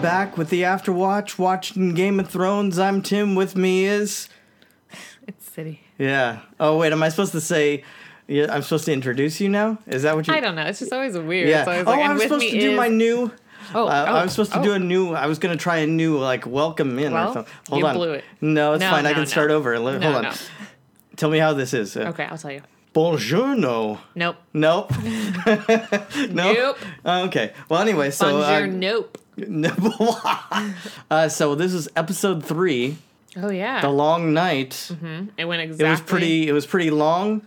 back with the Afterwatch, watching Game of Thrones. I'm Tim. With me is It's City. yeah. Oh wait, am I supposed to say? Yeah, I'm supposed to introduce you now. Is that what you? I don't know. It's just always weird. Yeah. It's always oh, like, I and was with supposed me to do is- my new. Oh, uh, I oh, was supposed to oh. do a new. I was gonna try a new like welcome in or Well, something. Hold you on. blew it. No, it's No, fine. I no, can no. start over. Hold No, on. no. Tell me how this is. Uh, Okay, I'll tell you. Buongiorno. Nope. Nope. no. Nope. Uh, okay. Well, anyway, so Bonjour, uh, nope. no. uh, so this is episode three, Oh yeah. the long night. it went Mm-hmm. exactly. It was pretty. It was pretty long,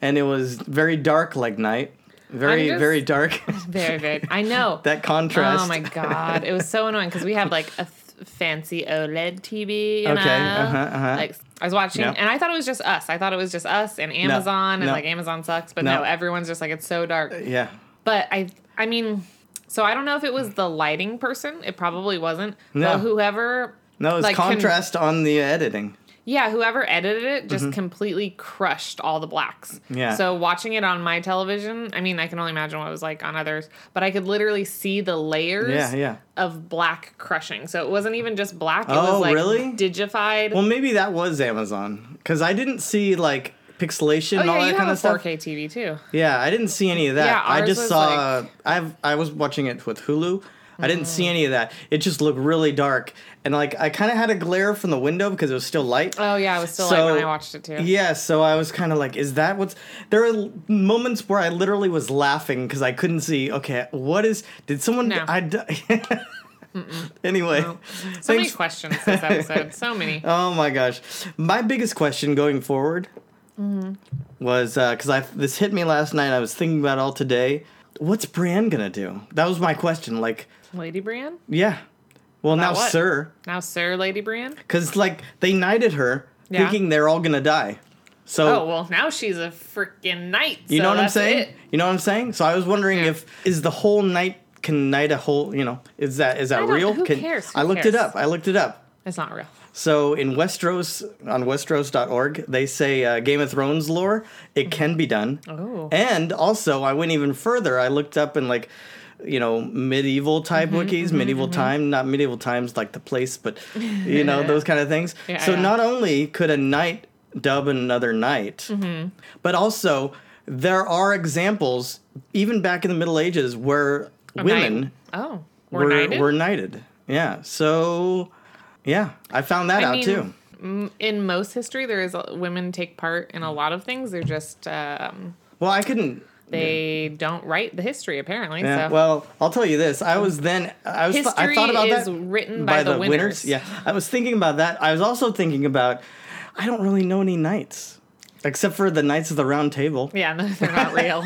and it was very dark like night. Very just- very dark. Very good. I know. that contrast. Oh my god, it was so annoying because we have like a f- fancy E OLED TV. You Okay, Know? uh-huh, uh-huh. Like I was watching, Yeah. and I thought it was just us. I thought it was just us and Amazon, and no. like Amazon sucks, but No. no, everyone's just like it's so dark. Yeah. But I, I mean, so I don't know if it was the lighting person. It probably wasn't. No. But whoever, No, it's Like, can- contrast on the editing. yeah, whoever edited it just completely crushed all the blacks. Mm-hmm. Yeah. So watching it on my television, I mean, I can only imagine what it was like on others, but I could literally see the layers. Yeah, yeah. Of black crushing, so it wasn't even just black. It Oh, was like really? digified. Well, maybe that was Amazon because I didn't see like pixelation oh and all yeah, that you kind have a of stuff. 4K TV too. Yeah, I didn't see any of that. Yeah, I ours just was, saw. I've I was watching it with Hulu. I didn't Mm. see any of that. It just looked really dark, and like I kind of had a glare from the window because it was still light. Oh yeah, I was still So- like when I watched it too. Yeah, so I was kind of like, is that what's. There are moments where I literally was laughing because I couldn't see, okay, what is. Did someone. No. I d- anyway. So many thanks- questions this episode. So many. Oh my gosh. My biggest question going forward Mm-hmm. was because I this hit me last night. I was thinking about it all today. What's Brienne going to do? That was my question. Like, Lady Brienne? yeah. Well, now, what? sir. Now Sir Lady Brienne? Because, like, they knighted her Yeah. thinking they're all going to die. So. Oh, well, now she's a freaking knight. You so know what I'm that's saying? it. You know what I'm saying? So I was wondering Yeah. if is the whole night can night a whole you know is that is that don't- real? who Can- cares? Who I looked it cares? up. I looked it up. It's not real. So in Westeros on Westeros.org, they say uh, Game of Thrones lore. It can be done. Oh. And also, I went even further. I looked up in like, you know, medieval type Mm-hmm, wikis, medieval time, not medieval times like the place, but you know those kind of things. Yeah, so yeah. not only could a knight dub another knight, Mm-hmm. but also there are examples even back in the Middle Ages where women Knight. Oh. We're, were knighted? were knighted. Yeah. So, yeah, I found that I out mean, too. m- In most history, there is a- women take part in a lot of things. They're just, um, Well, I couldn't. they don't write the history, apparently. Yeah. so. Well, I'll tell you this. I was then. I was. I History thought about is that written by the winners. Yeah. I was thinking about that. I was also thinking about. I don't really know any knights, except for the Knights of the Round Table. yeah, no, they're not real.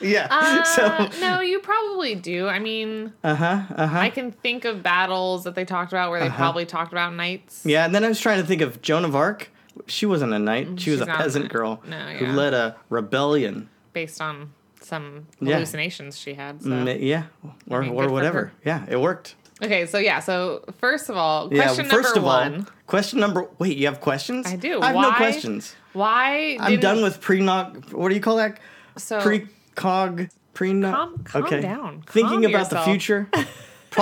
Yeah. Uh, so. no, you probably do. I mean, Uh huh. Uh huh. I can think of battles that they talked about where they probably talked about knights. Uh-huh. Yeah. And then I was trying to think of Joan of Arc. She wasn't a knight. She was she's a not a peasant knight. girl No, who yeah. led a rebellion. based on some Yeah. hallucinations she had. So. Mm, Yeah. Or, mean, or good for whatever. her. Yeah. It worked. Okay, so yeah, so first of all, Yeah. question first number of one. all, question number. Wait, you have questions? I do. I have no Why- questions. Why I'm didn't- done with precog. What do you call that? So- precog prenog. Calm- calm down. Thinking Calm about yourself. the future.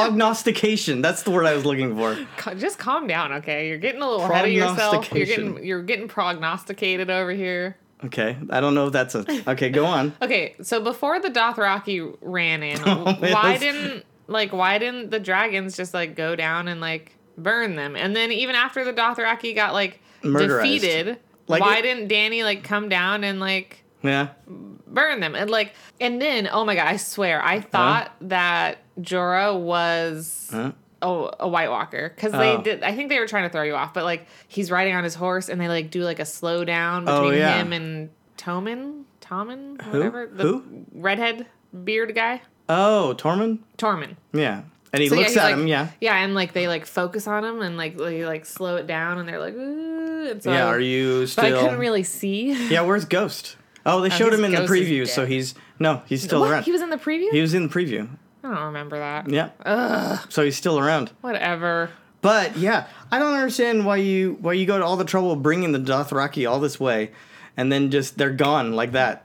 Prognostication. That's the word I was looking for. ca- just calm down, okay? You're getting a little ahead of yourself. You're Prognostication. getting you're getting prognosticated over here. Okay. I don't know if that's a. Okay, go on. Okay, so before the Dothraki ran in, Oh, why yes. didn't like why didn't the dragons just like go down and like burn them? And then even after the Dothraki got like Murderized. defeated, Like, why it- didn't Danny like come down and like Yeah. burn them and like and then oh my god i swear i thought that jorah was Huh? a, a white walker because they Oh. did i think they were trying to throw you off but like he's riding on his horse and they like do like a slow down between Oh, yeah. him and toman toman whatever the Who? redhead beard guy Oh, Tormund. torman Yeah. And he So, yeah, looks he's at like- him. Yeah. yeah and like they like focus on him and like they like slow it down and they're like Ooh, and so Yeah. I- Are you still? but i couldn't really see yeah. Where's Ghost? Oh, they showed his him in the ghost is preview, so dead. he's no, he's still what? around. he was in the preview He was in the preview. i don't remember that Yeah. So he's still around. whatever But yeah, I don't understand why you why you go to all the trouble of bringing the Dothraki all this way, and then just they're gone like that.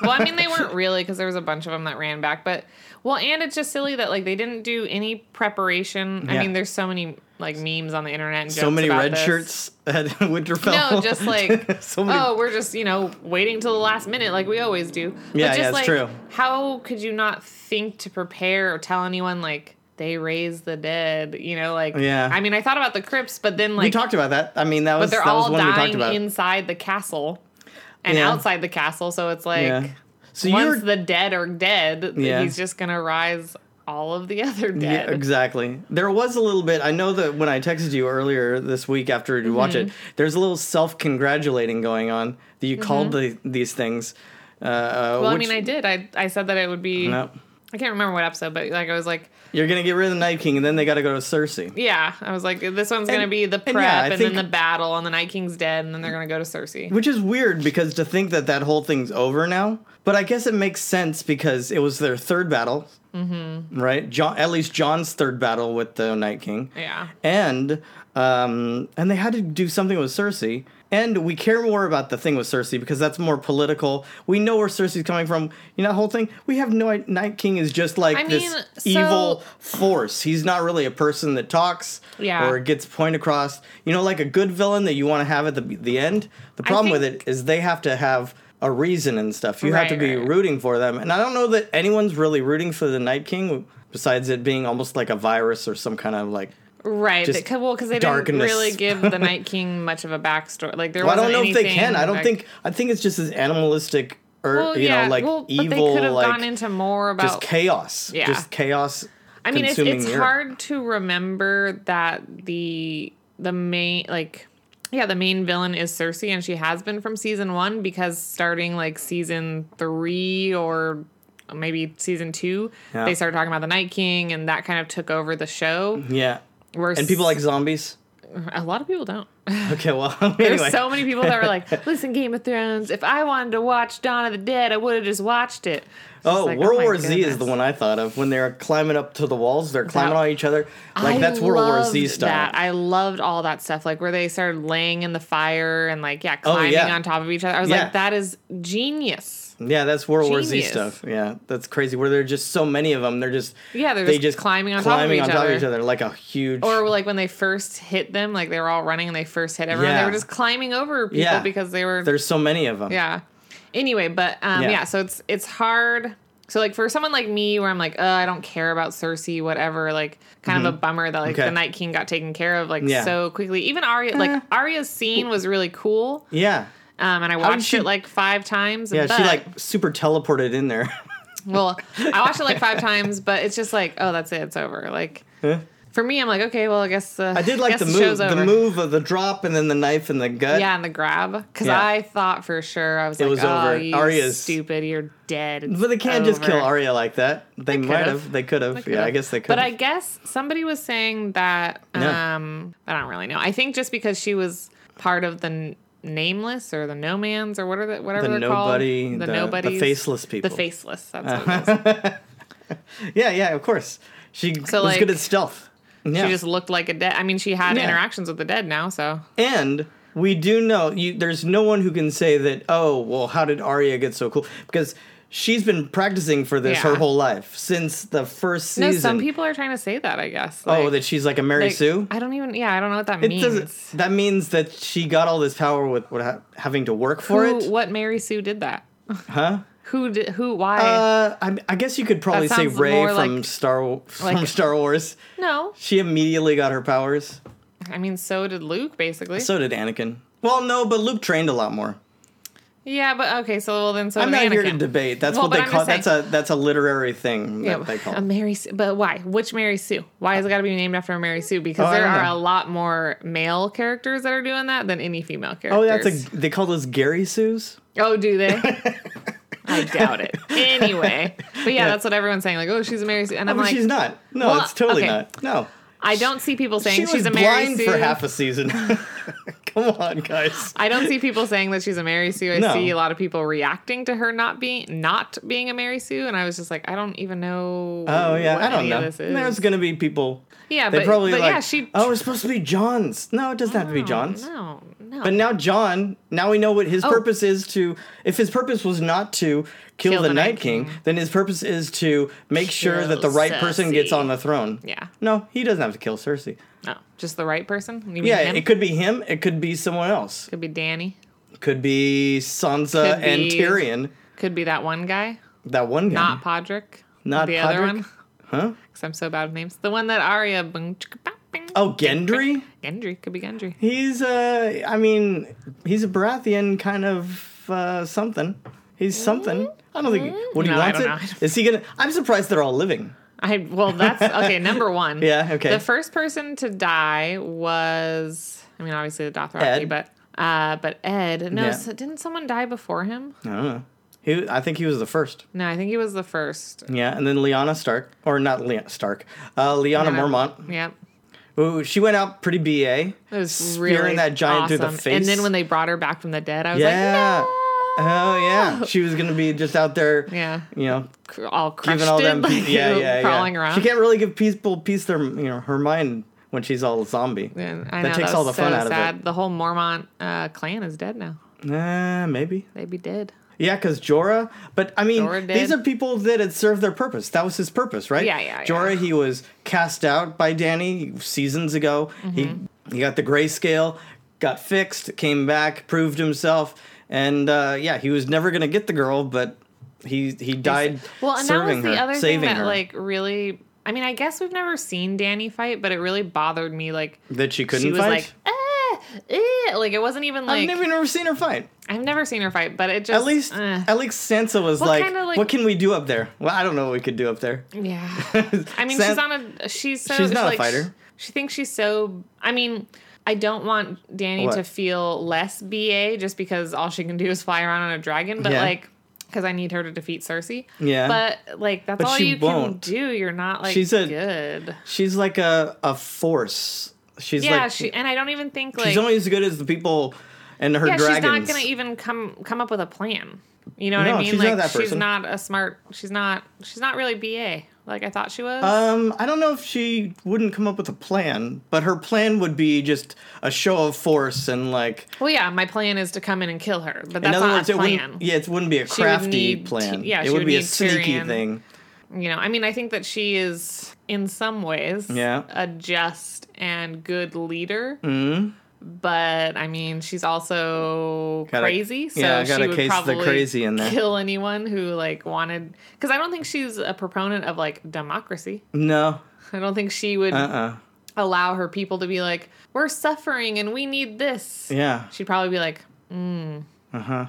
well, I mean, they weren't really because there was a bunch of them that ran back. But well, and it's just silly that like they didn't do any preparation. I Yeah. mean, there's so many like memes on the internet. And so jokes many about red this. shirts at Winterfell. No, just like so many. oh, we're just you know waiting till the last minute like we always do. Yeah, just yeah, it's like, true. How could you not think to prepare or tell anyone like they raise the dead? You know, like Yeah. I mean, I thought about the crypts, but then we like talked about that. I mean, that was but they're that was all one we talked dying about. inside the castle and Yeah. outside the castle, so it's like. yeah. So you're once the dead are dead, Yeah. he's just gonna rise all of the other Yeah, uh, dead. exactly. There was a little bit. I know that when I texted you earlier this week after you watch Mm-hmm. it, there's a little self-congratulating going on that you called the, these things. Uh, uh, Mm-hmm. Well, which- I mean, I did. I I said that it would be. no, I can't remember what episode, but like I was like, you're gonna get rid of the Night King, and then they got to go to Cersei. yeah, I was like, this one's gonna And- be the and yeah, prep, and, I then think- the battle, and the Night King's dead, and then they're gonna go to Cersei. Which is weird because to think that that whole thing's over now, but I guess it makes sense because it was their third battle, mm-hmm. right? John, at least John's third battle with the Night King, Yeah, and um, and they had to do something with Cersei. And we care more about the thing with Cersei because that's more political. We know where Cersei's coming from. You know, the whole thing. We have no i- Night King is just like I this mean, so- evil force. He's not really a person that talks Yeah. or gets point across. You know, like a good villain that you want to have at the the end. The problem with it is they have to have a reason and stuff. You have to Right, be right. rooting for them. And I don't know that anyone's really rooting for the Night King besides it being almost like a virus or some kind of like right. Just They- 'cause- well, because they didn't darkness. really give the Night King much of a backstory. Like there Well, I wasn't don't know if they anything, can. I don't like- think. I think it's just this animalistic, or Well, you yeah, know, like well, but they evil, could have like gone into more about just chaos. Yeah. Just chaos. I mean, it's, consuming it's the earth. hard to remember that the the main like yeah the main villain is Cersei and she has been from season one because starting like season three or maybe season two Yeah. they started talking about the Night King and that kind of took over the show. Yeah, Where and people like zombies. a lot of people don't. Okay, well, There's anyway, so many people that were like, "Listen, Game of Thrones. If I wanted to watch Dawn of the Dead, I would have just watched it." It's just oh, like, World my War Z is goodness. the one I thought of when they're climbing up to the walls. They're climbing on each other. Like I that's World War Z loved style. That. I loved all that stuff, like where they started laying in the fire and like yeah, climbing Oh, yeah. on top of each other. I was Yeah. like, that is genius. Yeah, that's World War Z Genius. stuff. Yeah, that's crazy. Where there are just so many of them. They're just Yeah, they're they just just climbing on top of climbing each on top other. of each other like a huge. Or like when they first hit them, like they were all running and they first hit everyone. They Yeah. were just climbing over people Yeah. because they were there's so many of them. yeah. Anyway, but um, yeah. Yeah. so it's it's hard. So like for someone like me, where I'm like, oh, I don't care about Cersei, whatever. Like, kind of a bummer that like Mm-hmm. Okay. the Night King got taken care of like Yeah. Eh. so quickly. Even Arya, like Arya's scene was really cool. Yeah. Um, and I did watched she- it like five times. Yeah, but, she like super teleported in there. well, I watched it like five times, but it's just like, oh, that's it, it's over. Like, for me, I'm like, okay, well, I guess uh, I did like guess the move, show's the over. move of the drop, and then the knife and the gut. yeah, and the grab, because Yeah. I thought for sure I was like, was oh, over. you Arya's- stupid, you're dead. It's but they can't just over. kill Arya like that. They, might could've. have. They could have. Yeah, I guess they could. But I guess somebody was saying that. Yeah. Um, I don't really know. I think just because she was part of the n- nameless or the no man's or what are the whatever The they're called, nobody, the- the nobodies, faceless people. the faceless. That's what it is. yeah, yeah, of course. She So, was like, good at stealth. Yeah, She just looked like a dead. I mean, she had Yeah. interactions with the dead now, so and we do know you, there's no one who can say that. Oh, well, how did Arya get so cool? Because she's been practicing for this her Yeah. whole life since the first no. season. Some people are trying to say that, I guess. oh, Like- that she's like a Mary like, Sue. I don't even. Yeah, I don't know what that It means. doesn't. That means that she got all this power with what, ha- having to work for Who, it. what Mary Sue did that? Huh? Who? Did, who? Why? Uh, I, I guess you could probably That say sounds Ray more from like- Star Wa- from like- Star Wars. no, She immediately got her powers. I mean, so did Luke, basically. So did Anakin. Well, no, but Luke trained a lot more. yeah, but okay. So well, then so I'm did not Oh, Anakin. here to debate. That's Well, what they but I'm call. just That's a that's a literary thing Yeah, that they call. a it. Mary Sue, but why? Which Mary Sue? Why has it got to be named after a Mary Sue? Because Oh, I there don't are know. a lot more male characters that are doing that than any female characters. oh, that's a. They call those Gary Sue's. Oh, do they? I doubt it. Anyway, but yeah, that's what everyone's saying. Like, oh, she's a Mary Sue, and I'm But like, she's not. No, well, it's totally okay. not. No. I don't see people saying She was she's a Mary blind Sue. for half a season. Come on, guys. I don't see people saying that she's a Mary Sue. I No. see a lot of people reacting to her not being not being a Mary Sue, and I was just like, I don't even know. Oh yeah, what I don't any of know. This is. There's gonna be people. Yeah, They but, probably but like, yeah, she. Oh, oh, it's supposed to be John's. No, it doesn't have to be No, John's. No, no. But now John, now we know what his Oh. purpose is to. If his purpose was not to kill, the, Night King, then his purpose is to make sure that the Kill right person gets Cersei. on the throne. yeah, No, he doesn't have to kill Cersei. no. Just the right person. You mean Yeah, him? it could be him. It could be someone else. Could be Danny. Could be Sansa Could and be- Tyrion. Could be that one guy. That one guy. Not Podrick. Mm-hmm. Not the other Podrick? one. huh? Because I'm so bad with names. The one that Arya. boom, chicka, bop, bing. Oh, Gendry. Gendry could be Gendry. He's uh, I mean, he's a Baratheon kind of uh, something. He's something. I don't think. What do you Mm-hmm. No, I want? don't it? know. I Is don't- he gonna? I'm surprised they're all living. I well, that's okay. Number one. Yeah, okay. The first person to die was, I mean, obviously the Dothraki, Ed. but uh, but Ed. No, Yeah. so didn't someone die before him? I don't know. He, I think he was the first. No, I think he was the first. Yeah, and then Lyanna Stark, or not Lyanna Stark, uh, Lyanna Mormont. Yep. Ooh, she went out pretty ba. It was Spearing really that giant through the awesome. face. And then when they brought her back from the dead, I was Yeah. like, no! Oh yeah, she was gonna be just out there. Yeah. You know, Cr- all crushed giving all it, them. like, yeah, yeah, crawling yeah. around. She can't really give people peace their you know her mind when she's all zombie. And I That know, takes was all the so fun out of it. sad. The whole Mormont uh, clan is dead now. Uh, maybe. They'd be dead. Yeah, because Jorah. But I mean, Jorah did. these are people that had served their purpose. That was his purpose, right? Yeah, yeah, yeah. Jorah, he was cast out by Danny seasons ago. Mm-hmm. He he got the grayscale, got fixed, came back, proved himself, and uh, yeah, he was never gonna get the girl, but he he died Well, and that was serving the her, other thing saving that her. like really. I mean, I guess we've never seen Danny fight, but it really bothered me. Like that she couldn't she was fight. like, ah, eh," like it wasn't even like I've never, never seen her fight. seen her fight, but it just At least, eh. at least Sansa was What like, kinda, like- "What can we do up there?" Well, I don't know what we could do up there. yeah. I mean, she's San- on a she's so She's not a like, fighter. She, she thinks she's so. I mean. I don't want Danny What? to feel less BA just because all she can do is fly around on a dragon, but Yeah. like, because I need her to defeat Cersei. Yeah. But like, that's But all she you won't. can do. You're not like She's a- good. She's like a, a force. She's Yeah, like she and I don't even think like she's only as good as the people and her yeah, she's dragons. not gonna e- even come come up with a plan. You know what No, I mean? she's not like that she's person. not a smart. She's not. She's not really BA like I thought she was. um, I don't know if she wouldn't come up with a plan, but her plan would be just a show of force and like. well, yeah, my plan is to come in and kill her, but In that's other not words, a it plan. wouldn't. Yeah, it wouldn't be a would crafty need plan. Ty- yeah, it she would, would be a need sneaky Tyrion. thing. You know, I mean, I think that she is in some ways Yeah. a just and good leader. Mm-hmm. But I mean, she's also Gotta- crazy, so yeah, she gotta would case the probably crazy in there. kill anyone who like wanted. Because I don't think she's a proponent of like democracy. No, I don't think she would uh, uh allow her people to be like, we're suffering and we need this. yeah, She'd probably be like, "Mm, uh huh.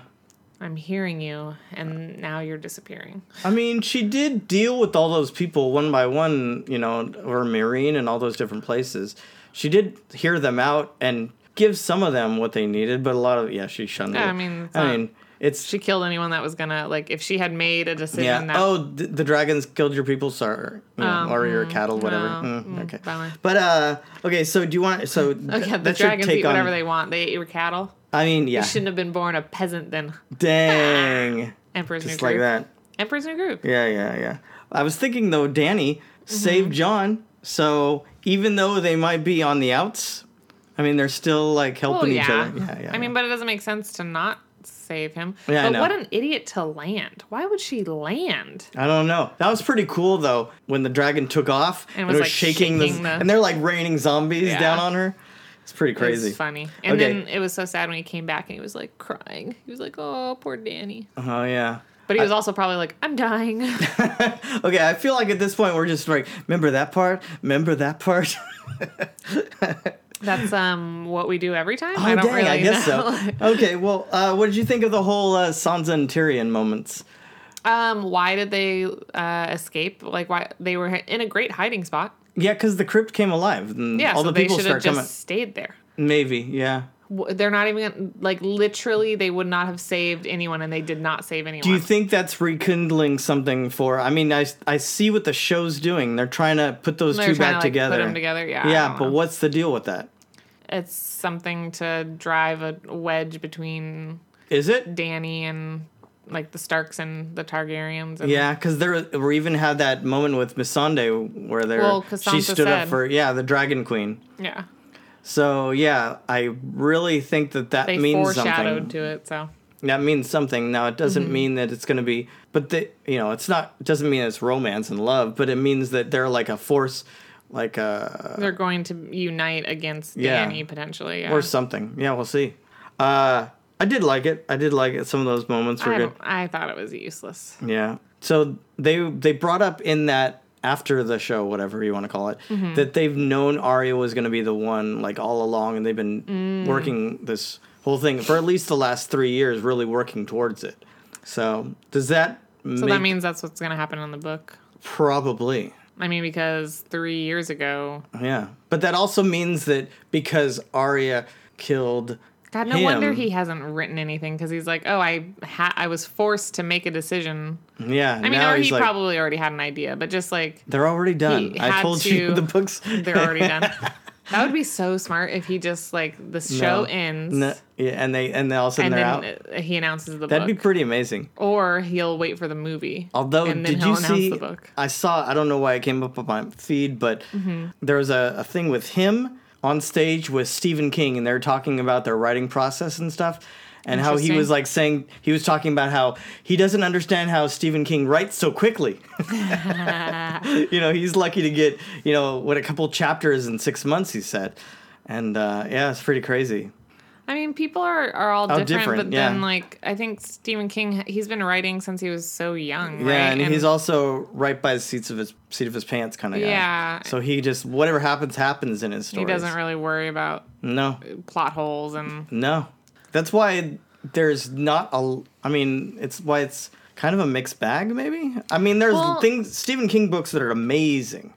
I'm hearing you, and now you're disappearing. I mean, she did deal with all those people one by one, you know, or Marine and all those different places. She did hear them out and give some of them what they needed, but a lot of yeah, she shunned Yeah, them. I mean, it's I not- mean, it's She killed anyone that was gonna like if she had made a decision yeah. that oh, th- the dragons killed your people, sir, you know, or your cattle, whatever. no, Mm, Um, mm, okay, fine. but uh, okay. So do you want? So th- okay, the that's your dragons take eat on- whatever they want. They eat your cattle. I mean, yeah. Shouldn't have been born a peasant then. Dang, Emperor's just New like Groove. that. Emperor's New Groove. Yeah, yeah, yeah. I was thinking though, Danny Mm-hmm. saved John, so even though they might be on the outs, I mean they're still like Oh helping yeah. each other. Yeah, yeah. I mean, but it doesn't make sense to not save him. Yeah, I but know. what an idiot to land. Why would she land? I don't know. That was pretty cool though when the dragon took off and, was, was, like, shaking, the, shaking the- and they're like raining zombies Yeah. down on her. It's pretty It was crazy. funny. And Okay. then it was so sad when he came back and he was like crying. He was like, "Oh, poor Danny." Oh yeah. But he was also probably like, "I'm dying." Okay, I feel like at this point we're just like, remember that part? Remember that part? That's um what we do every time. Oh, dang, I guess know. so. Okay, well, uh, what did you think of the whole uh, Sansa and Tyrion moments? um, why did they uh, escape? Like, why they were in a great hiding spot? Yeah, because the crypt came alive. And Yeah, all so the they people should have start just coming. stayed there. Maybe, yeah. W- They're not even gonna- like literally. They would not have saved anyone, and they did not save anyone. Do you think that's rekindling something for? I mean, I, I see what the show's doing. They're trying to put those They're two trying back to, like, together. Put them together. Yeah. I Yeah, don't but know. what's the deal with that? it's something to drive a wedge between Is it? Danny and like the Starks and the Targaryens. And Yeah, because there we even had that moment with Missandei where there Well, 'cause she Sansa stood up said- for yeah the Dragon Queen. yeah, So yeah, I really think that that they means foreshadowed something. to it. So That means something. Now it doesn't Mm-hmm. mean that it's going to be, but the, you know, it's not it doesn't mean it's romance and love, but it means that they're like a force, like uh, a they're going to unite against Yeah. Danny potentially. Yeah. or something. Yeah, we'll see. Uh, I did like it. I did like it. Some of those moments were I, good. don't- I thought it was useless. Yeah. So they they brought up in that after the show, whatever you want to call it, Mm-hmm. that they've known Arya was going to be the one like all along, and they've been Mm. working this whole thing for at least the last three years, really working towards it. So does that So make that means that's what's going to happen in the book. probably? I mean, because three years ago, Yeah, but that also means that because Arya killed God, no him, wonder he hasn't written anything because he's like, oh, I ha- I was forced to make a decision. Yeah, I mean, now or he's he like probably already had an idea, but just like they're already done. I had told you to- the books. they're already done. that would be so smart if he just like the show No. ends No, yeah, and they and they all of a sudden and they're then out. uh, he announces the That'd be book, pretty amazing. or he'll wait for the movie. Although, and then did he'll you announce see? the book. Mm-hmm. I saw. I don't know why it came up on my feed, but there was a, a thing with him on stage with Stephen King, and they're talking about their writing process and stuff, and how he Interesting. was like saying he was talking about how he doesn't understand how Stephen King writes so quickly. you know, he's lucky to get you know what a couple chapters in six months. He said, and uh, yeah, it's pretty crazy. I mean, people are, are all different, Oh, different, but yeah. then like I think Stephen King, he's been writing since he was so young, right? Yeah, and, he's also right by the seats of his seat of his pants kind of guy. Yeah. So he just whatever happens happens in his he stories. doesn't really worry about No, plot holes and no. That's why there's not a. I mean, it's why it's kind of a mixed bag, maybe. I mean, there's Well- things Stephen King books that are amazing,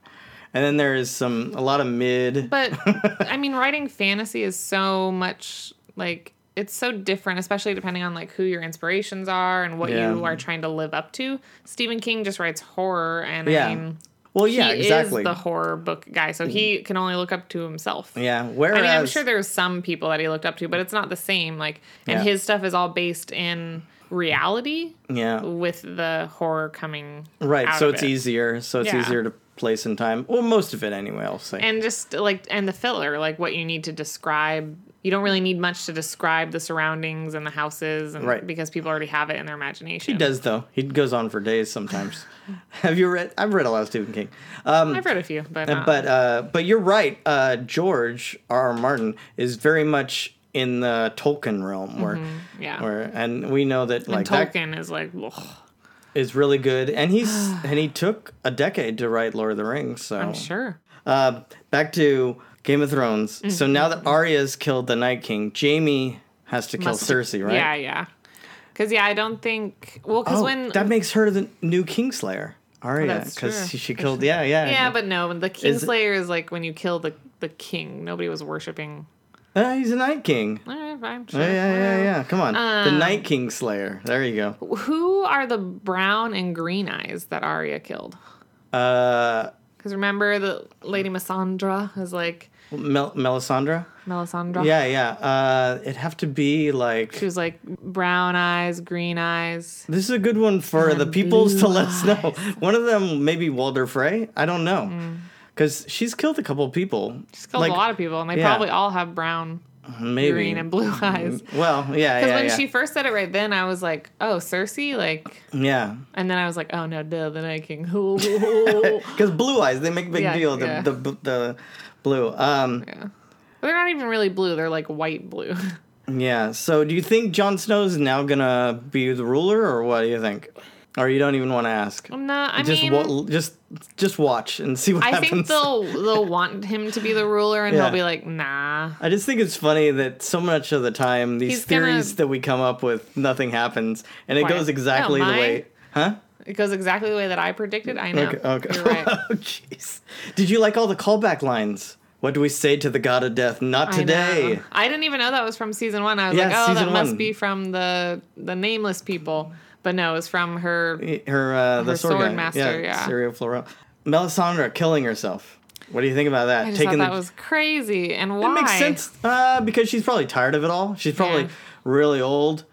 and then there is some a lot of mid. But I mean, writing fantasy is so much like it's so different, especially depending on like who your inspirations are and what Yeah. you are trying to live up to. Stephen King just writes horror, and Yeah. I mean, well, yeah, he exactly. Mm-hmm. is the horror book guy, so he can only look up to himself. yeah, whereas I mean, I'm sure there's some people that he looked up to, but it's not the same. Like, and Yeah. his stuff is all based in reality, yeah, with the horror coming Mm-hmm. right. out So of it's it. easier. So it's Yeah. easier to place in time. Well, most of it anyway. I'll say. and just like and the filler like what you need to describe you don't really need much to describe the surroundings and the houses and Right. because people already have it in their imagination He does though. He goes on for days sometimes. Have you read? I've read a lot of Stephen King, i've read a few but, not- but uh, but you're right. Uh, George R. R. Martin is very much in the Tolkien realm, where yeah where and we know that like that Mm-hmm. Oh. tolkien is like ugh, is really good, and he's and he took a decade to write Lord of the Rings. So i'm sure uh, back to Game of Thrones. So Mm-hmm. now that Arya's killed the Night King, Jamie has to kill Must- Cersei, right? yeah yeah because yeah i don't think well because Oh, when that makes her the new Kingslayer. Arya, that's because true. she killed. Yeah, yeah. yeah but no the Is it- kingslayer is like when you kill the the king nobody was worshiping Uh, he's a Night King. all right fine sure Yeah, yeah, yeah, yeah. Come on. the Um, Night King Slayer. There you go. who are the brown and green eyes that Arya killed Uh, Because remember the Lady Melisandre is like Mel- Melisandre? Melisandre. Yeah, yeah. Uh, it'd have to be like. She was like brown eyes, green eyes. This is a good one for the peoples to blue let us know. One of them, maybe Walder Frey. I don't know. Because she's killed a couple people. Mm. She's killed a lot of people, and they yeah. probably all have brown, Maybe. green, and blue eyes. Because Well, yeah, yeah. when yeah. she first said it right then, I was like, "Oh, Cersei!" Like, yeah. and then I was like, "Oh no, duh, the Night King." Because blue eyes, they make a big Yeah, deal. The, yeah. the, the, blue. Um, yeah, but they're not even really blue; they're like white blue. yeah. So do you think Jon Snow's now going to be the ruler, or what do you think? Or you don't even want to ask? no, I just mean, wa- just just watch and see what I happens. think they'll they'll want him to be the ruler, and Yeah. he'll be like, "Nah." I just think it's funny that so much of the time these He's gonna- Oh, theories that we come up with nothing happens and it Why? goes exactly No, the mine- way. Huh? It goes exactly the way that I predicted. I know. Okay. Okay. You're right. oh jeez. Did you like all the callback lines? What do we say to the god of death? Not I know. today. I, didn't even know that was from season one. I was Yeah, like, oh, that season one. must be from the the nameless people. But no, it was from her. Her uh, the Her sword, sword guy. master, yeah. Serial Florel. Melisandre killing herself. What do you think about that? I just thought that was crazy. And why? It makes sense uh, because she's probably tired of it all. She's probably Yeah. really old.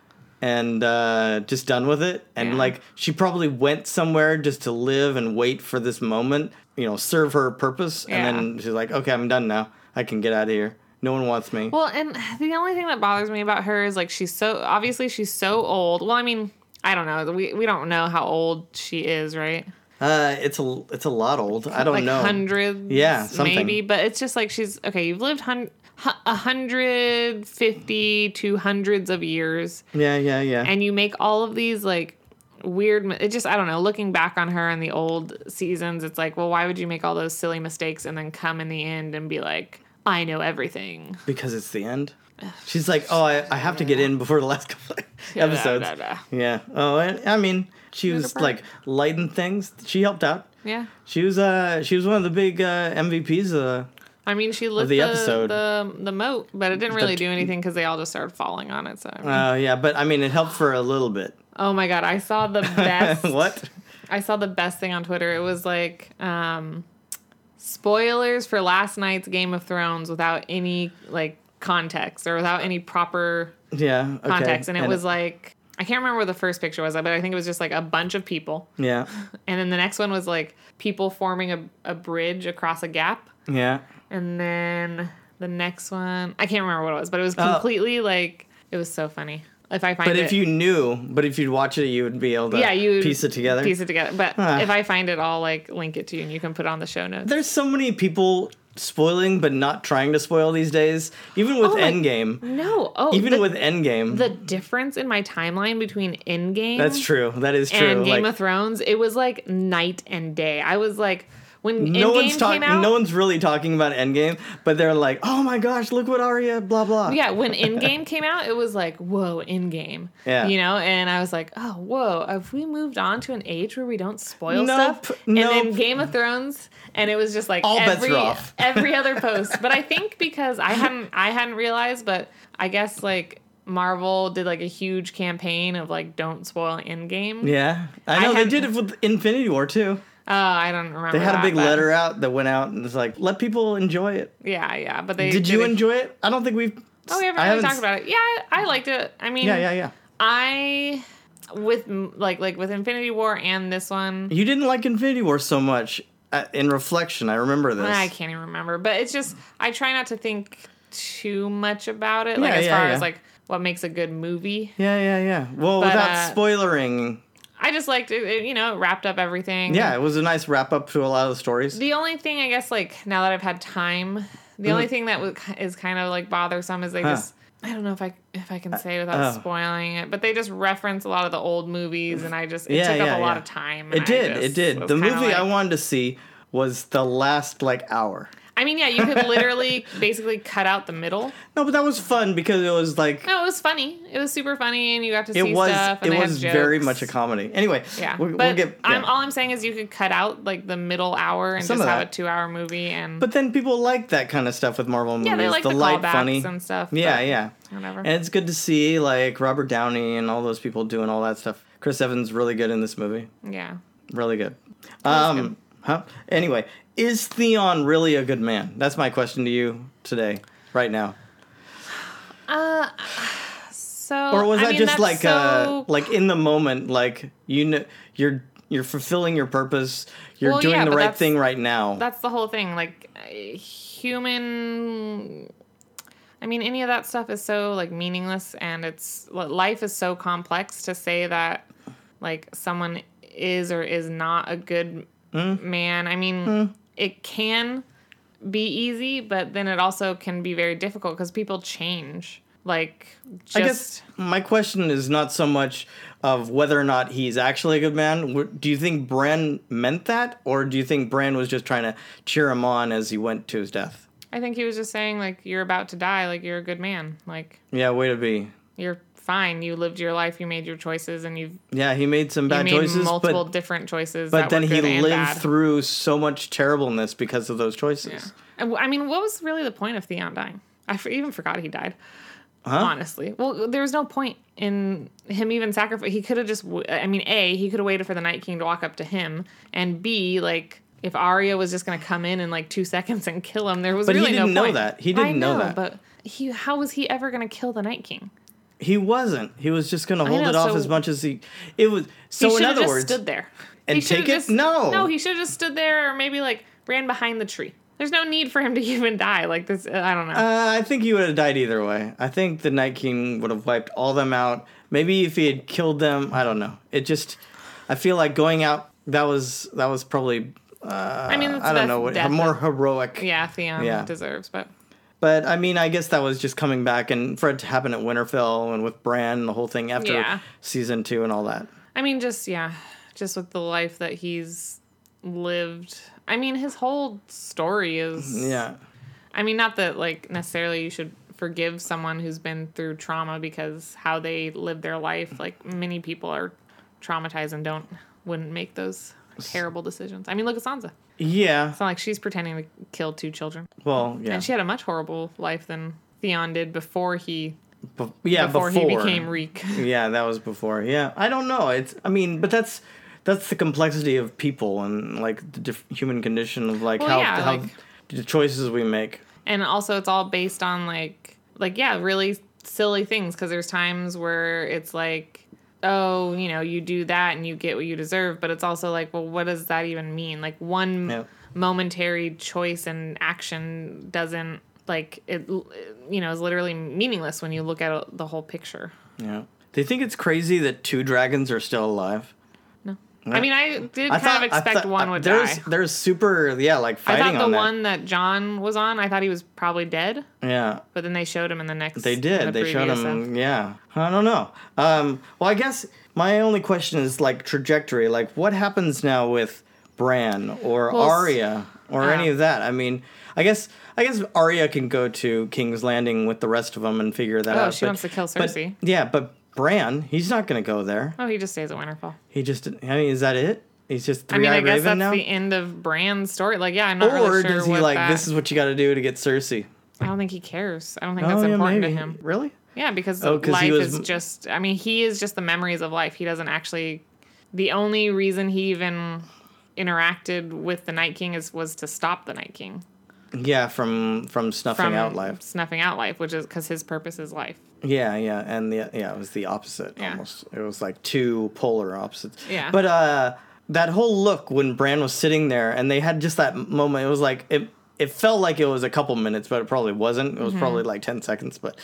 and uh, just done with it. And Yeah. like she probably went somewhere just to live and wait for this moment, you know, serve her purpose. Yeah. And then she's like, okay, I'm done now. I can get out of here. No one wants me. Well, and the only thing that bothers me about her is like she's so obviously she's so old. Well, I mean, I don't know. We we don't know how old she is, right? Uh, it's a it's a lot old. I don't like know. hundreds, Yeah, something. maybe. But it's just like she's okay. You've lived hun- hu- a hundred fifty to hundreds of years, Yeah, yeah, yeah. and you make all of these like weird. mi- It just I don't know. Looking back on her and the old seasons, it's like, well, why would you make all those silly mistakes and then come in the end and be like, I know everything? because it's the end. She's like, oh, I, I have to get in before the last couple of episodes. da, da. Yeah. Oh, and, I mean, she was Park. like lighting things. She helped out. Yeah. She was uh she was one of the big uh, MVPs. Uh, I mean, she lit the the, episode. the the moat, but it didn't really do anything because they all just started falling on it. So, I mean- uh, yeah, but I mean, it helped for a little bit. oh my god, I saw the best. what? I saw the best thing on Twitter. It was like um, spoilers for last night's Game of Thrones without any like context or without any proper Yeah. Okay. context, and it was like I can't remember what the first picture was, but I think it was just like a bunch of people, Yeah. and then the next one was like people forming a, a bridge across a gap. Yeah. And then the next one, I can't remember what it was, but it was Oh. completely like it was so funny. If I find But it, if you knew, but if you'd watch it, you would be able to yeah, you piece it together. piece it together. But Ah. if I find it, I'll like link it to you, and you can put it on the show notes. There's so many people spoiling, but not trying to spoil these days. Even with Oh my- Endgame. No, oh, Even the, with Endgame. the difference in my timeline between Endgame That's true. That is true. and Game Like, of Thrones, it was like night and day. I was like, when no Endgame one's came out, talking. No one's really talking about Endgame, but they're like, "Oh my gosh, look what Arya!" Blah blah. yeah, when Endgame came out, it was like, whoa, Endgame. Yeah. You know, and I was like, oh, whoa, have we moved on to an age where we don't spoil Nope, stuff? And then nope. Game of Thrones, and it was just like All bets every, are off. every other post. But I think because I hadn't I hadn't realized, but I guess like Marvel did like a huge campaign of like don't spoil Endgame. Yeah, I know they had- did it with Infinity War too. Oh, I don't remember. They had a that, big but- letter out that went out and it's like, "Let people enjoy it." Yeah, yeah. But they Did you a- enjoy it? I don't think we've. Oh, we haven't I really haven't talked s- about it. Yeah, I liked it. I mean, Yeah, yeah, yeah. I with m- like like with Infinity War and this one, You didn't like Infinity War so much. Uh, in reflection, I remember this. I can't even remember. But it's just I try not to think too much about it. Like Yeah, as yeah, far yeah. as like what makes a good movie, yeah, yeah, yeah. Well, But, without uh, spoilering, I just liked it. it you know, it wrapped up everything. yeah, it was a nice wrap up to a lot of the stories. The only thing I guess like now that I've had time, the only Mm-hmm. thing that was, is kind of like bothersome is they just. I don't know if I if I can say it without oh. spoiling it, but they just reference a lot of the old movies, and I just it Yeah, took yeah, up a lot yeah. of time. and I It did. just It did. was The kinda movie I like- wanted to see was the last like hour. I mean, yeah, you could literally basically cut out the middle. No, but that was fun because it was like No, it was funny. It was super funny, and you got to it see was stuff. And it they had was very jokes. much a comedy. Anyway, yeah. we, but we'll get. I'm yeah. all I'm saying is you could cut out like the middle hour and Some just of have a that. two hour movie, and but then people like that kind of stuff with Marvel movies. yeah, they like the, light, callbacks funny. and stuff. yeah, but yeah. whatever. And it's good to see like Robert Downey and all those people doing all that stuff. Chris Evans really good in this movie. yeah, Really good. was Um, huh? Anyway, is Theon really a good man? That's my question to you today, right now. uh, so or was I that mean, just that's like uh so like in the moment like you know you're you're fulfilling your purpose you're Well, doing yeah, the but right that's- thing right now that's the whole thing like uh, human i mean any of that stuff is so like meaningless and it's li- life is so complex to say that like someone is or is not a good Mm. man i mean it can be easy but then it also can be very difficult because people change like just i guess my question is not so much of whether or not he's actually a good man W- do you think bran meant that or do you think bran was just trying to cheer him on as he went to his death i think he was just saying like you're about to die like you're a good man like yeah way to be you're fine you lived your life you made your choices and you've yeah he made some He bad made choices multiple but different choices. but then he lived through. through so much terribleness because of those choices I mean, what was really the point of Theon dying? I f- even forgot he died. Honestly, well, there was no point in him even sacrificing. He could have just. W- I mean, a he could have waited for the Night King to walk up to him, and b like if Arya was just going to come in in like two seconds and kill him, there was But he really no didn't know point. that. He I didn't know know, that. But he, how was he ever going to kill the Night King? He wasn't. He was just going to hold know, it off so- as much as he. It was so. he in should have other just words, stood there and He should've take it? No. No, he should have just stood there or maybe like ran behind the tree. There's no need for him to even die. Like this, I don't know. Uh, I think he would have died either way. I think the Night King would have wiped all them out. Maybe if he had killed them, I don't know. It just, I feel like going out. That was that was probably. Uh, I mean, that's I the don't know what death more of- heroic. yeah, Theon yeah. deserves, but But I mean, I guess that was just coming back, and for it to happen at Winterfell and with Bran and the whole thing after Yeah. season two and all that. I mean, just yeah, just with the life that he's lived. I mean, his whole story is. Yeah. I mean, not that like necessarily you should forgive someone who's been through trauma because how they live their life. Like many people are traumatized and don't wouldn't make those terrible decisions. I mean, look at Sansa. Yeah. It's not like she's pretending to kill two children. Well, yeah. And she had a much horrible life than Theon did before he Bef- yeah, before, before, he became Reek. Yeah, that was before. Yeah, I don't know. It's I mean, but that's that's the complexity of people and like the diff- human condition of like Well, how yeah, how like- the choices we make. and also it's all based on like like yeah, really silly things because there's times where it's like oh, you know, you do that and you get what you deserve, but it's also like well, what does that even mean? Like one Yeah. momentary choice and action doesn't like it you know is literally meaningless when you look at the whole picture. Yeah. Do you think it's crazy that two dragons are still alive? No. I mean, I did kind of I expect thought- uh, one would there's, die. There's super yeah, like I fighting thought the on that. one that John was on, I thought he was probably dead, Yeah. but then they showed him in the next. They in did. the they showed previous him. episode. Yeah. I don't know. Um, well, I guess my only question is like trajectory. Like, what happens now with Bran or Well, s- uh, Arya or any yeah. of that? I mean, I guess I guess Arya can go to King's Landing with the rest of them and figure that Oh, out. she wants to kill but- Cersei. yeah, but Bran, he's not going to go there. Oh, he just stays at Winterfell. He just. I mean, is that it? He's just I three mean, I eyed guess Raven that's now. the end of Bran's story. Like, yeah, I'm not or really sure does he what like that- this is what you got to do to get Cersei? I don't think he cares. I don't think oh that's yeah, important maybe. to him. Really? Yeah, because Oh, 'cause life he was- is just. I mean, he is just the memories of life. He doesn't actually. The only reason he even interacted with the Night King is was to stop the Night King. Yeah, from from snuffing from out life. Snuffing out life, which is because his purpose is life. Yeah, yeah, and the yeah, it was the opposite Yeah. almost. It was like two polar opposites. Yeah. But uh that whole look when Bran was sitting there and they had just that moment, it was like it it felt like it was a couple minutes, but it probably wasn't. It was Mm-hmm. probably like 10 seconds, but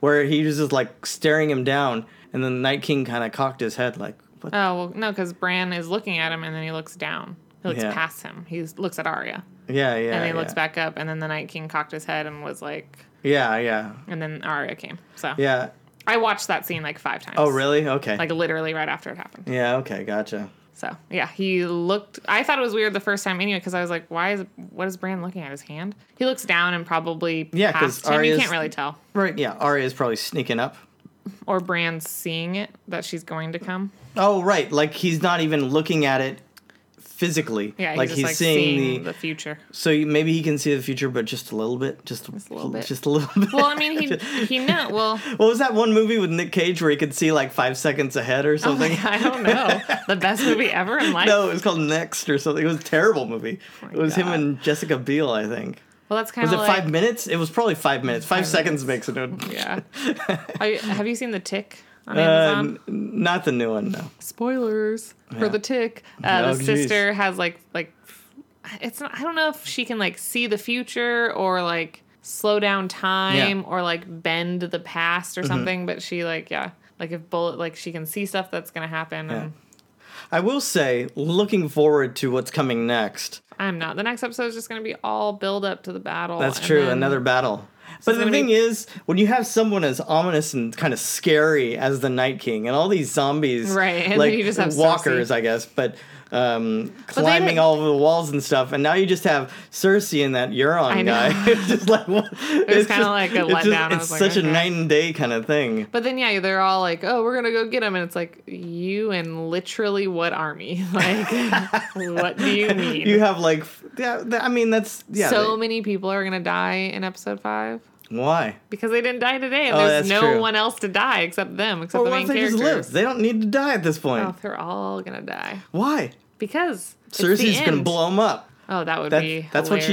where he was just like staring him down and then Night King kind of cocked his head like what? Oh well, no, because Bran is looking at him and then he looks down. He looks Yeah. past him. He looks at Arya yeah, yeah. and he yeah. looks back up, and then the Night King cocked his head and was like, Yeah, yeah. and then Arya came. So Yeah. I watched that scene like five times. Oh, really? Okay. Like literally right after it happened. yeah, okay, gotcha. So yeah, he looked. I thought it was weird the first time anyway because I was like, why is what is Bran looking at his hand? He looks down and probably Yeah, 'cause past him. You Arya's- can't really tell. Right, yeah, Arya's probably sneaking up. Or Bran's seeing it that she's going to come. Oh, right. Like he's not even looking at it physically. Yeah, he's like just he's like seeing, the, future. So you- maybe he can see the future, but just a little bit. Just a, a little bit. Just a little bit. Well, I mean, he he know. Well, what was that one movie with Nick Cage where he could see like five seconds ahead Oh or something? I don't know. The best movie ever in life. no, it was called Next or something. It was a terrible movie. it was him Oh God. and Jessica Biel, I think. Well, that's kind Was of it like, five minutes? It was probably five minutes. Five, seconds makes it. Yeah. Are you- have you seen The Tick on Uh, Amazon? n- not the new one, no. Spoilers for The Tick. Uh, Oh, the geez. sister has like like it's not. I don't know if she can like see the future or like slow down time or like bend the past Mm-hmm. or something. But she like yeah like if bullet like she can see stuff that's gonna happen. And I will say, looking forward to what's coming next. I'm not. The next episode is just gonna be all build up to the battle. That's and true. then- another battle. But the gonna thing be- is, when you have someone as ominous and kind of scary as the Night King, and all these zombies, Right, and then Like you just have walkers, Cersei. I guess, but um, they climbing didn't- all over the walls and stuff, and now you just have Cersei and that Euron I know. guy. it's just like what- it's kinda just- like a it's just- letdown. I It's was like, such a okay. night and day kind of thing. But then yeah, they're all like, "Oh, we're gonna go get him," and it's like, "You and literally what army? Like, what do you mean?" You have like, f- yeah, th- I mean, that's yeah. so many people are gonna die in episode five they- why? because they didn't die today, and Oh, that's there's no true. one else to die except them, except Or the what main if they just live? characters. They don't need to die at this point. Oh, they're all gonna die Why? because it's the Cersei's gonna end. blow them up. Oh, that would That- be. that's what she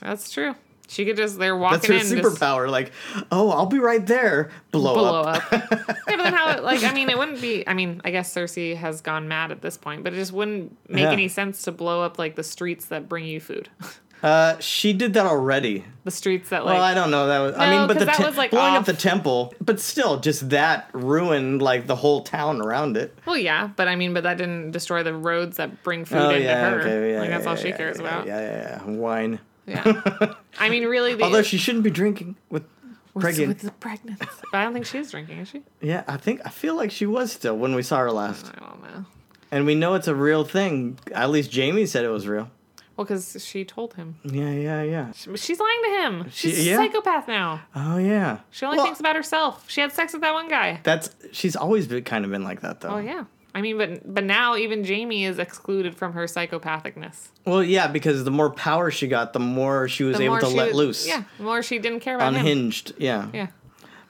does. That's true. She could just they're That's walking her in just superpower. Like, oh, I'll be right there. Blow, blow up. up. yeah, but then how? Like, I mean, it wouldn't be. I mean, I guess Cersei has gone mad at this point, but it just wouldn't make Yeah. any sense to blow up like the streets that bring you food, Uh, she did that already. the streets that like. Well, I don't know. That was, I No, mean, but 'cause the that te- was, like, blowing up off. the temple, but still, just that ruined like the whole town around it. Well, yeah, but I mean, but that didn't destroy the roads that bring food Oh into yeah, her. okay, yeah, like that's yeah, all she yeah, cares yeah, about. Yeah, yeah, yeah, wine. Yeah. I mean, really, the, Although she shouldn't be drinking with what's pregnant. with the pregnant. But I don't think she is drinking, is she? yeah, I think I feel like she was still when we saw her last, I don't know. and we know it's a real thing. At least Jamie said it was real. Well, because she told him. Yeah, yeah, yeah. She- She's lying to him. She's yeah. a psychopath now. Oh yeah. She only Well, thinks about herself. She had sex with that one guy. that's. She's always been kind of been like that though. Oh yeah. I mean, but but now even Jamie is excluded from her psychopathicness. Well, yeah, because the more power she got, the more she was The able more to she let was- loose. Yeah. The more she didn't care about him. Unhinged. Yeah. Yeah.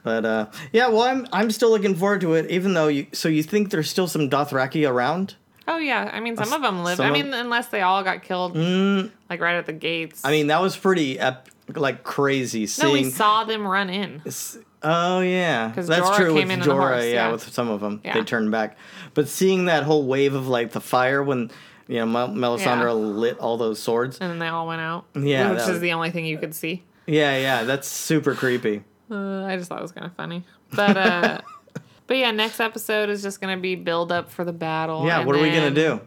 But uh, yeah, well, I'm I'm still looking forward to it. Even though you, so you think there's still some Dothraki around? Oh yeah. I mean, some of them lived. some I of- Mm. mean, unless they all got killed, like right at the gates. I mean, that was pretty ep- like crazy no, we seeing. saw them run in. s- oh yeah, 'Cause that's Jorah true came with in Jorah. on the horse, yeah, yeah. with some of them, they Yeah. turned back. But seeing that whole wave of like the fire when you know Mel- Melisandre Yeah. lit all those swords. And then they all went out. Yeah, Which that is was- the only thing you could see. Yeah, yeah, that's super creepy. Uh, I just thought it was kind of funny. But uh, but yeah, next episode is just gonna be build up for the battle. Yeah, and what are we gonna then do?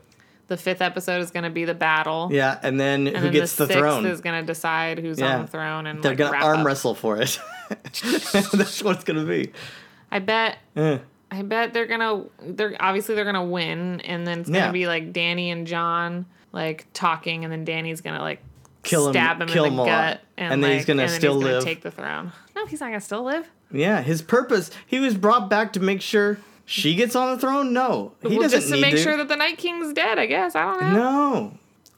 The fifth episode is gonna be the battle. Yeah, and then And who then gets the, the, throne? sixth is gonna decide who's Yeah. on the throne, and They're like, gonna wrap arm up. wrestle for it. that's what it's gonna be. I bet. Yeah. I bet they're gonna. They're obviously they're gonna win, and then it's gonna Yeah. be like Danny and John like talking, and then Danny's gonna like Kill him- stab him, kill in him the all gut, out. And then he's like, gonna and then still he's gonna live. Take the throne. No, he's not gonna still live. Yeah, his purpose. He was brought back to make sure she gets on the throne. No, he well, doesn't just to need make sure that the Night King's dead. I guess I don't know. no,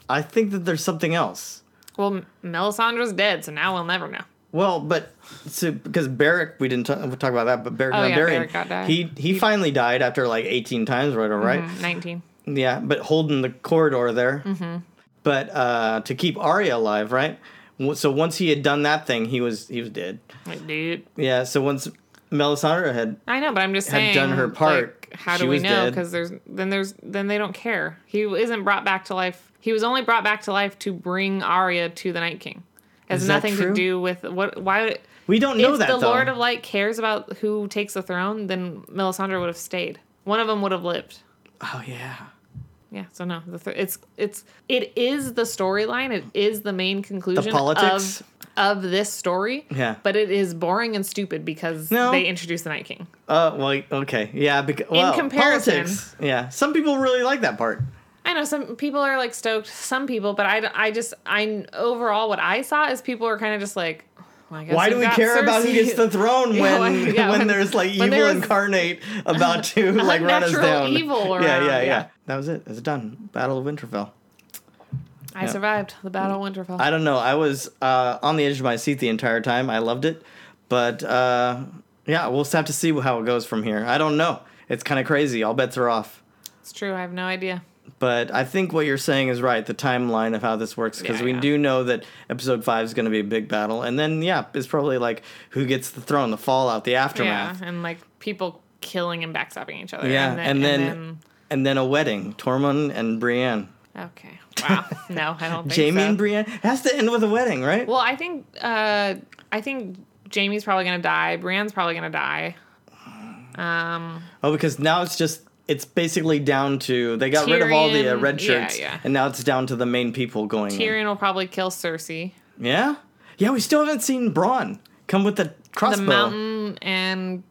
I think that there's something else. Well, M- Melisandre's dead, so now we'll never know. Well, but so, because Barrick, we didn't talk, we'll talk about that, but Barrick, Oh, yeah, Dondarrion, Barrick got died. he he finally died after like 18 times, right? All right. Mm, Nineteen. Yeah, but holding the corridor there. Mm-hmm. But uh, to keep Arya alive, right? W- So once he had done that thing, he was he was dead. Like, dude. Yeah. So once Melisandre had I know, but I'm just Had saying. done her part, Like, how she do we was know? dead. Because there's then there's then they don't care. He isn't brought back to life. He was only brought back to life to bring Arya to the Night King. It has Is that nothing true? to do with what. Why would we don't know if that the though. Lord of Light cares about who takes the throne? Then Melisandre would have stayed. One of them would have lived. oh yeah. Yeah, so no, the th- it's it's it is the storyline. It is the main conclusion politics? of of this story. Yeah. but it is boring and stupid because No. they introduced the Night King. Oh well, okay, yeah. Because well, comparison. politics. yeah. Some people really like that part. I know some people are like stoked, some people, but I, d- I just I overall what I saw is people are kind of just like, well, I guess Why do we've we got care about who Cersei. gets the throne when Yeah, why- yeah, when, when- there's like evil when there is incarnate about to like run us unnatural down? evil yeah, yeah, yeah, around, yeah. That was it. It's done. Battle of Winterfell. I survived the Battle of Winterfell. I don't know. I was uh, on the edge of my seat the entire time. I loved it, but uh, yeah, we'll just have to see how it goes from here. I don't know. It's kind of crazy. All bets are off. it's true. I have no idea. But I think what you're saying is right, the timeline of how this works, because Yeah, we yeah. do know that episode five is going to be a big battle. And then, yeah, it's probably like who gets the throne, the fallout, the aftermath. Yeah, and like people killing and backstabbing each other. Yeah, and then- and And then a wedding, Tormund and Brienne. then- okay, wow, no, I don't. Think Jamie so. and Brienne. It has to end with a wedding, right? Well, I think uh, I think Jamie's probably gonna die. Brienne's probably gonna die. Um, oh, because now it's just, it's basically down to, they got rid of all the uh, Tyrion- red yeah, shirts, yeah. and now it's down to the main people going. in. Tyrion will probably kill Cersei. Yeah? Yeah, we still haven't seen Braun come with the The crossbow. mountain and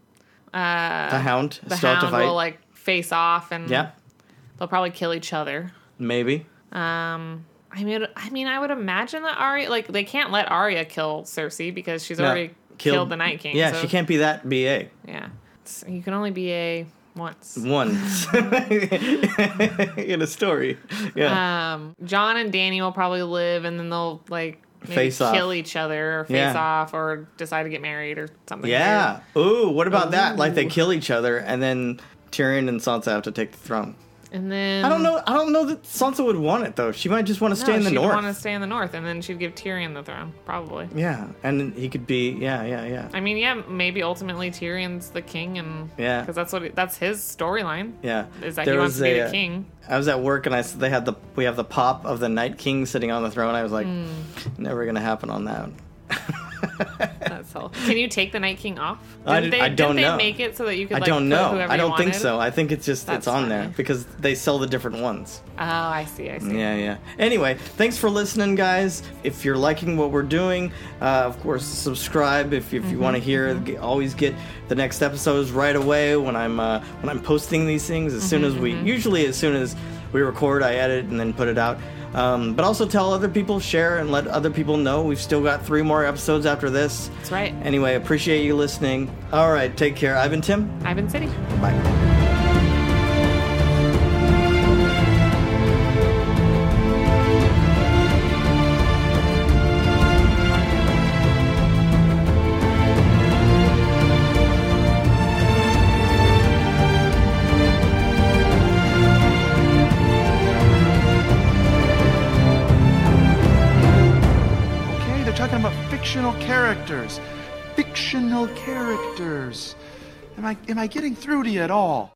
the hound. the start to hound fight. will like face off, and yeah, they'll probably kill each other. maybe. Um, I mean, I mean, I would imagine that Arya, like, they can't let Arya kill Cersei because she's No, already killed, the Night King. Yeah, so- she can't be that BA. Yeah, So you can only be a once. once in a story. Yeah. Um, John and Danny will probably live, and then they'll like maybe Face off. kill each other, or face Yeah. off, or decide to get married or something. yeah. Ooh, what about that? Like they Ooh. kill each other and then Tyrion and Sansa have to take the throne. weird. And then I don't know. I don't know that Sansa would want it though. She might just want to stay in the north. want to stay in the north, and then she'd give Tyrion the throne, probably. Yeah, and he could be. Yeah, yeah, yeah, I mean, yeah, maybe ultimately Tyrion's the king, and Yeah. because that's what it- that's his storyline. yeah. Is that he wants to be the uh, king? I was at work and I s- they had the we have the pop of the Night King sitting on the throne. I was like, Hmm. never gonna happen on that. That's all. Can you take the Night King off? I Didn't d- they, I don't didn't know. They make it so that you could. I Like, don't put know. whoever I you don't think wanted? so. I think it's just That's it's on there funny. because they sell the different ones. Oh, I see. I see. Yeah, yeah. Anyway, thanks for listening, guys. If you're liking what we're doing, uh, of course, subscribe if, Mm-hmm, if you want to hear. g- Always get the next episodes right away when I'm uh, when I'm posting these things. As Mm-hmm, soon as we usually as soon as we record, I edit and then put it out. Um, but also tell other people, share, and let other people know. We've still got three more episodes after this. That's right. Anyway, appreciate you listening. All right, take care. I've been Tim. I've been City. Bye. Okay, they're talking about fictional characters. Fictional characters. Am I am I getting through to you at all?